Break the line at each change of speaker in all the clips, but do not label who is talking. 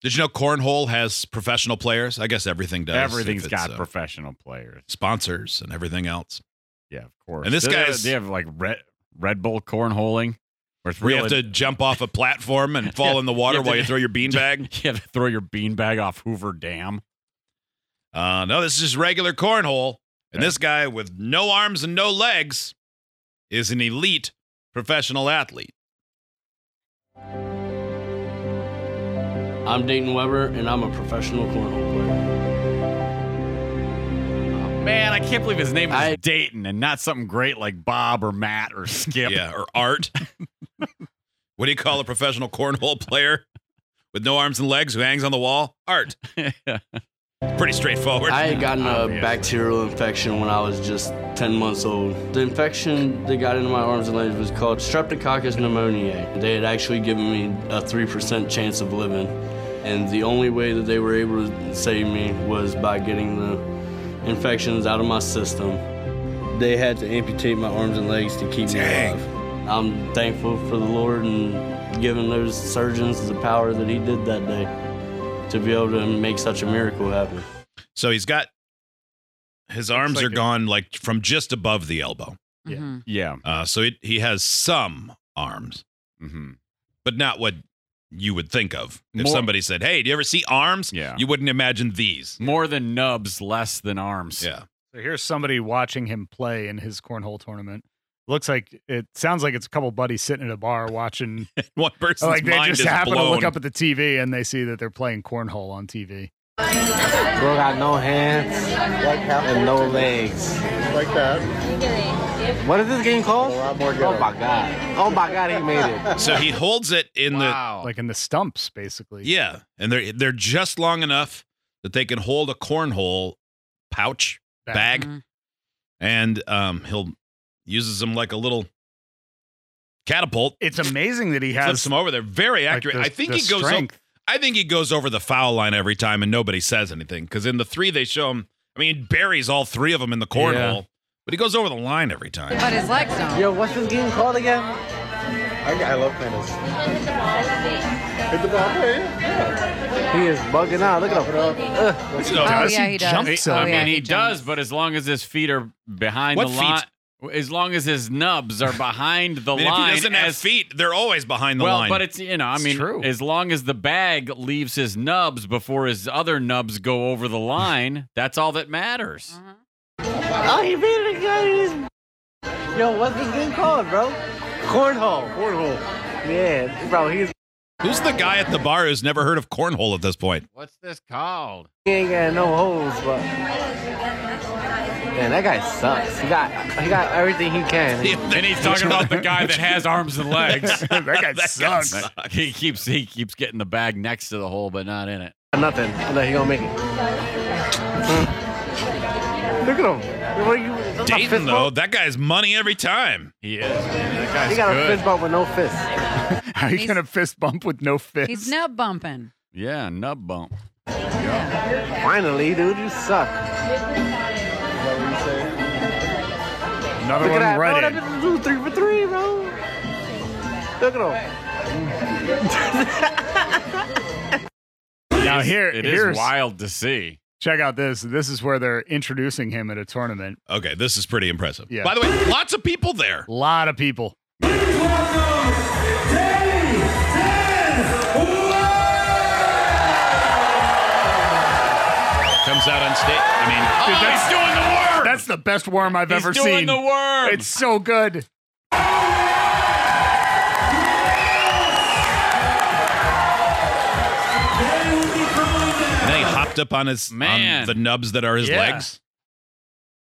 Did you know cornhole has professional players? I guess everything does. if
Everything's
it's,
got
uh,
professional players.
sponsors and everything else.
Yeah, of course.
And this
They-
guy's-
they have like Red Red Bull cornholing, where it's
Where
really
you have to jump off a platform and fall in the water
You have to-
while you throw your beanbag.
you have to throw your beanbag off Hoover Dam.
Uh, no, this is just regular cornhole. And this guy with no arms and no legs is an elite professional athlete.
I'm Dayton Weber, and I'm a professional cornhole player.
Man, I can't believe his name is
I-
Dayton and not something great like Bob or Matt or Skip.
Yeah, or art. what do you call a professional cornhole player with no arms and legs who hangs on the wall? Art. Pretty straightforward.
I had gotten
Obviously.
a bacterial infection when I was just 10 months old. The infection that got into my arms and legs was called Streptococcus pneumoniae. They had actually given me a 3% chance of living, and the only way that they were able to save me was by getting the infections out of my system. They had to amputate my arms and legs to keep
Dang.
me alive. I'm thankful for the Lord and giving those surgeons the power that He did that day to be able to make such a miracle happen.
so he's got his arms
like
are
a-
gone like from just above the elbow.
Yeah.
Mhm.
Yeah.
Uh, so it, he has some arms,
hmm
but not what you would think of. If
More-
somebody said, Hey, do you ever see arms?
Yeah.
You wouldn't imagine these.
More than nubs, less than arms.
Yeah.
So here's somebody watching him play in his cornhole tournament. Looks like it sounds like it's a couple buddies sitting at a bar watching.
One person's
like they
mind
just
is
happen
blown.
to look up at the TV and they see that they're playing cornhole on TV.
Bro got no hands and no legs.
Like that.
What is this game called? Oh my god. Oh my god, he made it.
so he holds it in the
Wow.
Like in the stumps, basically.
Yeah, and they're they're just long enough that they can hold a cornhole pouch
Bag.
bag,
Mhm.
and um, he'll uses them like a little catapult.
It's amazing that he
Flips
has
them over. They're very
like,
accurate.
the-
I think
the
he goes. o-
strength.
I think he goes over the foul line every time, and nobody says anything because in the three they show him. I mean, he buries all three of them in the cornhole, but he goes over the line every time.
But his legs don't.
Yo, what's this game called again?
I, I love tennis. Hit the ball, play.
He is bugging out. Look at him.
So-
Oh,
Does
yeah,
he
he does.
jump
Hey,
some?
oh,
I
yeah,
mean, he,
he
does,
jumps.
but as long as his feet are behind
What
the
feet?
line, as long as his nubs are behind the
I mean, if
line,
he doesn't have
as-
feet, they're always behind the
well,
line.
but it's you know, I
It's
mean,
true.
as long as the bag leaves his nubs before his other nubs go over the line, that's all that matters.
Oh, he made it again. He's- Yo, what's this game called, bro? Cornhole.
Cornhole.
Yeah, bro, he's
Who's the guy at the bar who's never heard of cornhole at this point?
What's this called?
he ain't got no holes, but Man, that guy sucks. He got he got everything he can.
And he's talking about the guy that has arms and legs.
that guy
That guy
sucks.
sucks.
he keeps he keeps getting the bag next to the hole, but not in it.
Nothing. No, he gonna make it. Hmm. Look at him. What are you, that's a
Dayton,
fist bump?
though, that guy's money every time.
He is. Man. That
He
guy's
got a
good.
fist bump with no fist.
How are you
He's-
going to fist bump with no fist?
He's nub bumping.
Yeah, nub bump.
Finally, dude, you suck.
Another
Look at
one
that,
right
bro.
in.
That dude three for three, bro. Look at him.
Now
It's-
here,
it
here's
is wild to see.
check out this. This is where they're introducing him at a tournament.
Okay, this is pretty impressive.
Yeah.
By the way, lots of people there.
A lot of people.
Comes out on stage. I mean,
oh, he's doing the work.
That's the best worm I've
He's
ever
doing
seen.
the worm.
It's so good.
and then he hopped up on his
Man.
on the nubs that are his
Yeah.
legs.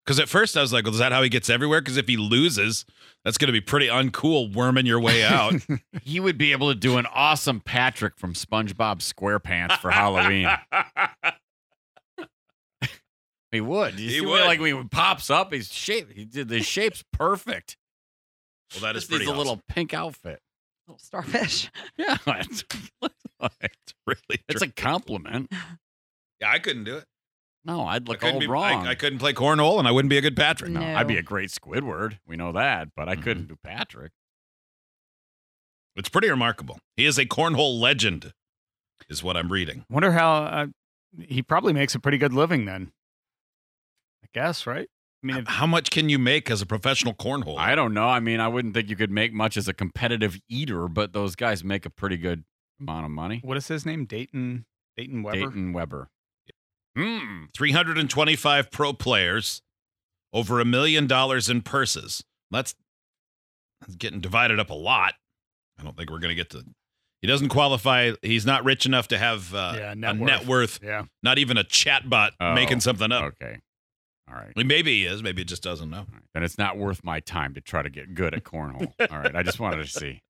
Because at first I was like, well, is that how he gets everywhere? Because if he loses, that's going to be pretty uncool worming your way out.
he would be able to do an awesome Patrick from SpongeBob SquarePants for Halloween. he would. You
He
see what,
would.
Like when he pops up, he's shape. He did the shape's perfect.
well, that is
Just needs
pretty
a little pink outfit.
Little starfish.
Yeah, it's, it's
awesome. really.
it's
It's
a compliment.
yeah, I couldn't do it.
No, I'd
I
look
couldn't
all
be,
wrong. Mm.
I, I couldn't play cornhole and I wouldn't be a good Patrick.
No,
No.
I'd be a great Squidward. We know that, but I couldn't do Patrick.
It's pretty remarkable. He is a cornhole legend. is what I'm reading.
Wonder how uh, he probably makes a pretty good living then. I guess, right? I mean,
H-
if,
How much can you make as a professional cornhole?
I don't know. I mean, I wouldn't think you could make much as a competitive eater, but those guys make a pretty good amount of money.
what is his name? Dayton Dayton Weber.
Dayton Weber. Hmm.
325 pro players, over a million dollars in purses. That's, that's getting divided up a lot. I don't think we're going to get to. He doesn't qualify. He's not rich enough to have uh,
Yeah, net
a
worth.
net worth.
Yeah.
Not even a chatbot
Oh,
making something up.
Okay. All right.
I mean, Maybe he is. Maybe he just doesn't know.
All right. Then it's not worth my time to try to get good at cornhole. All right. I just wanted to see.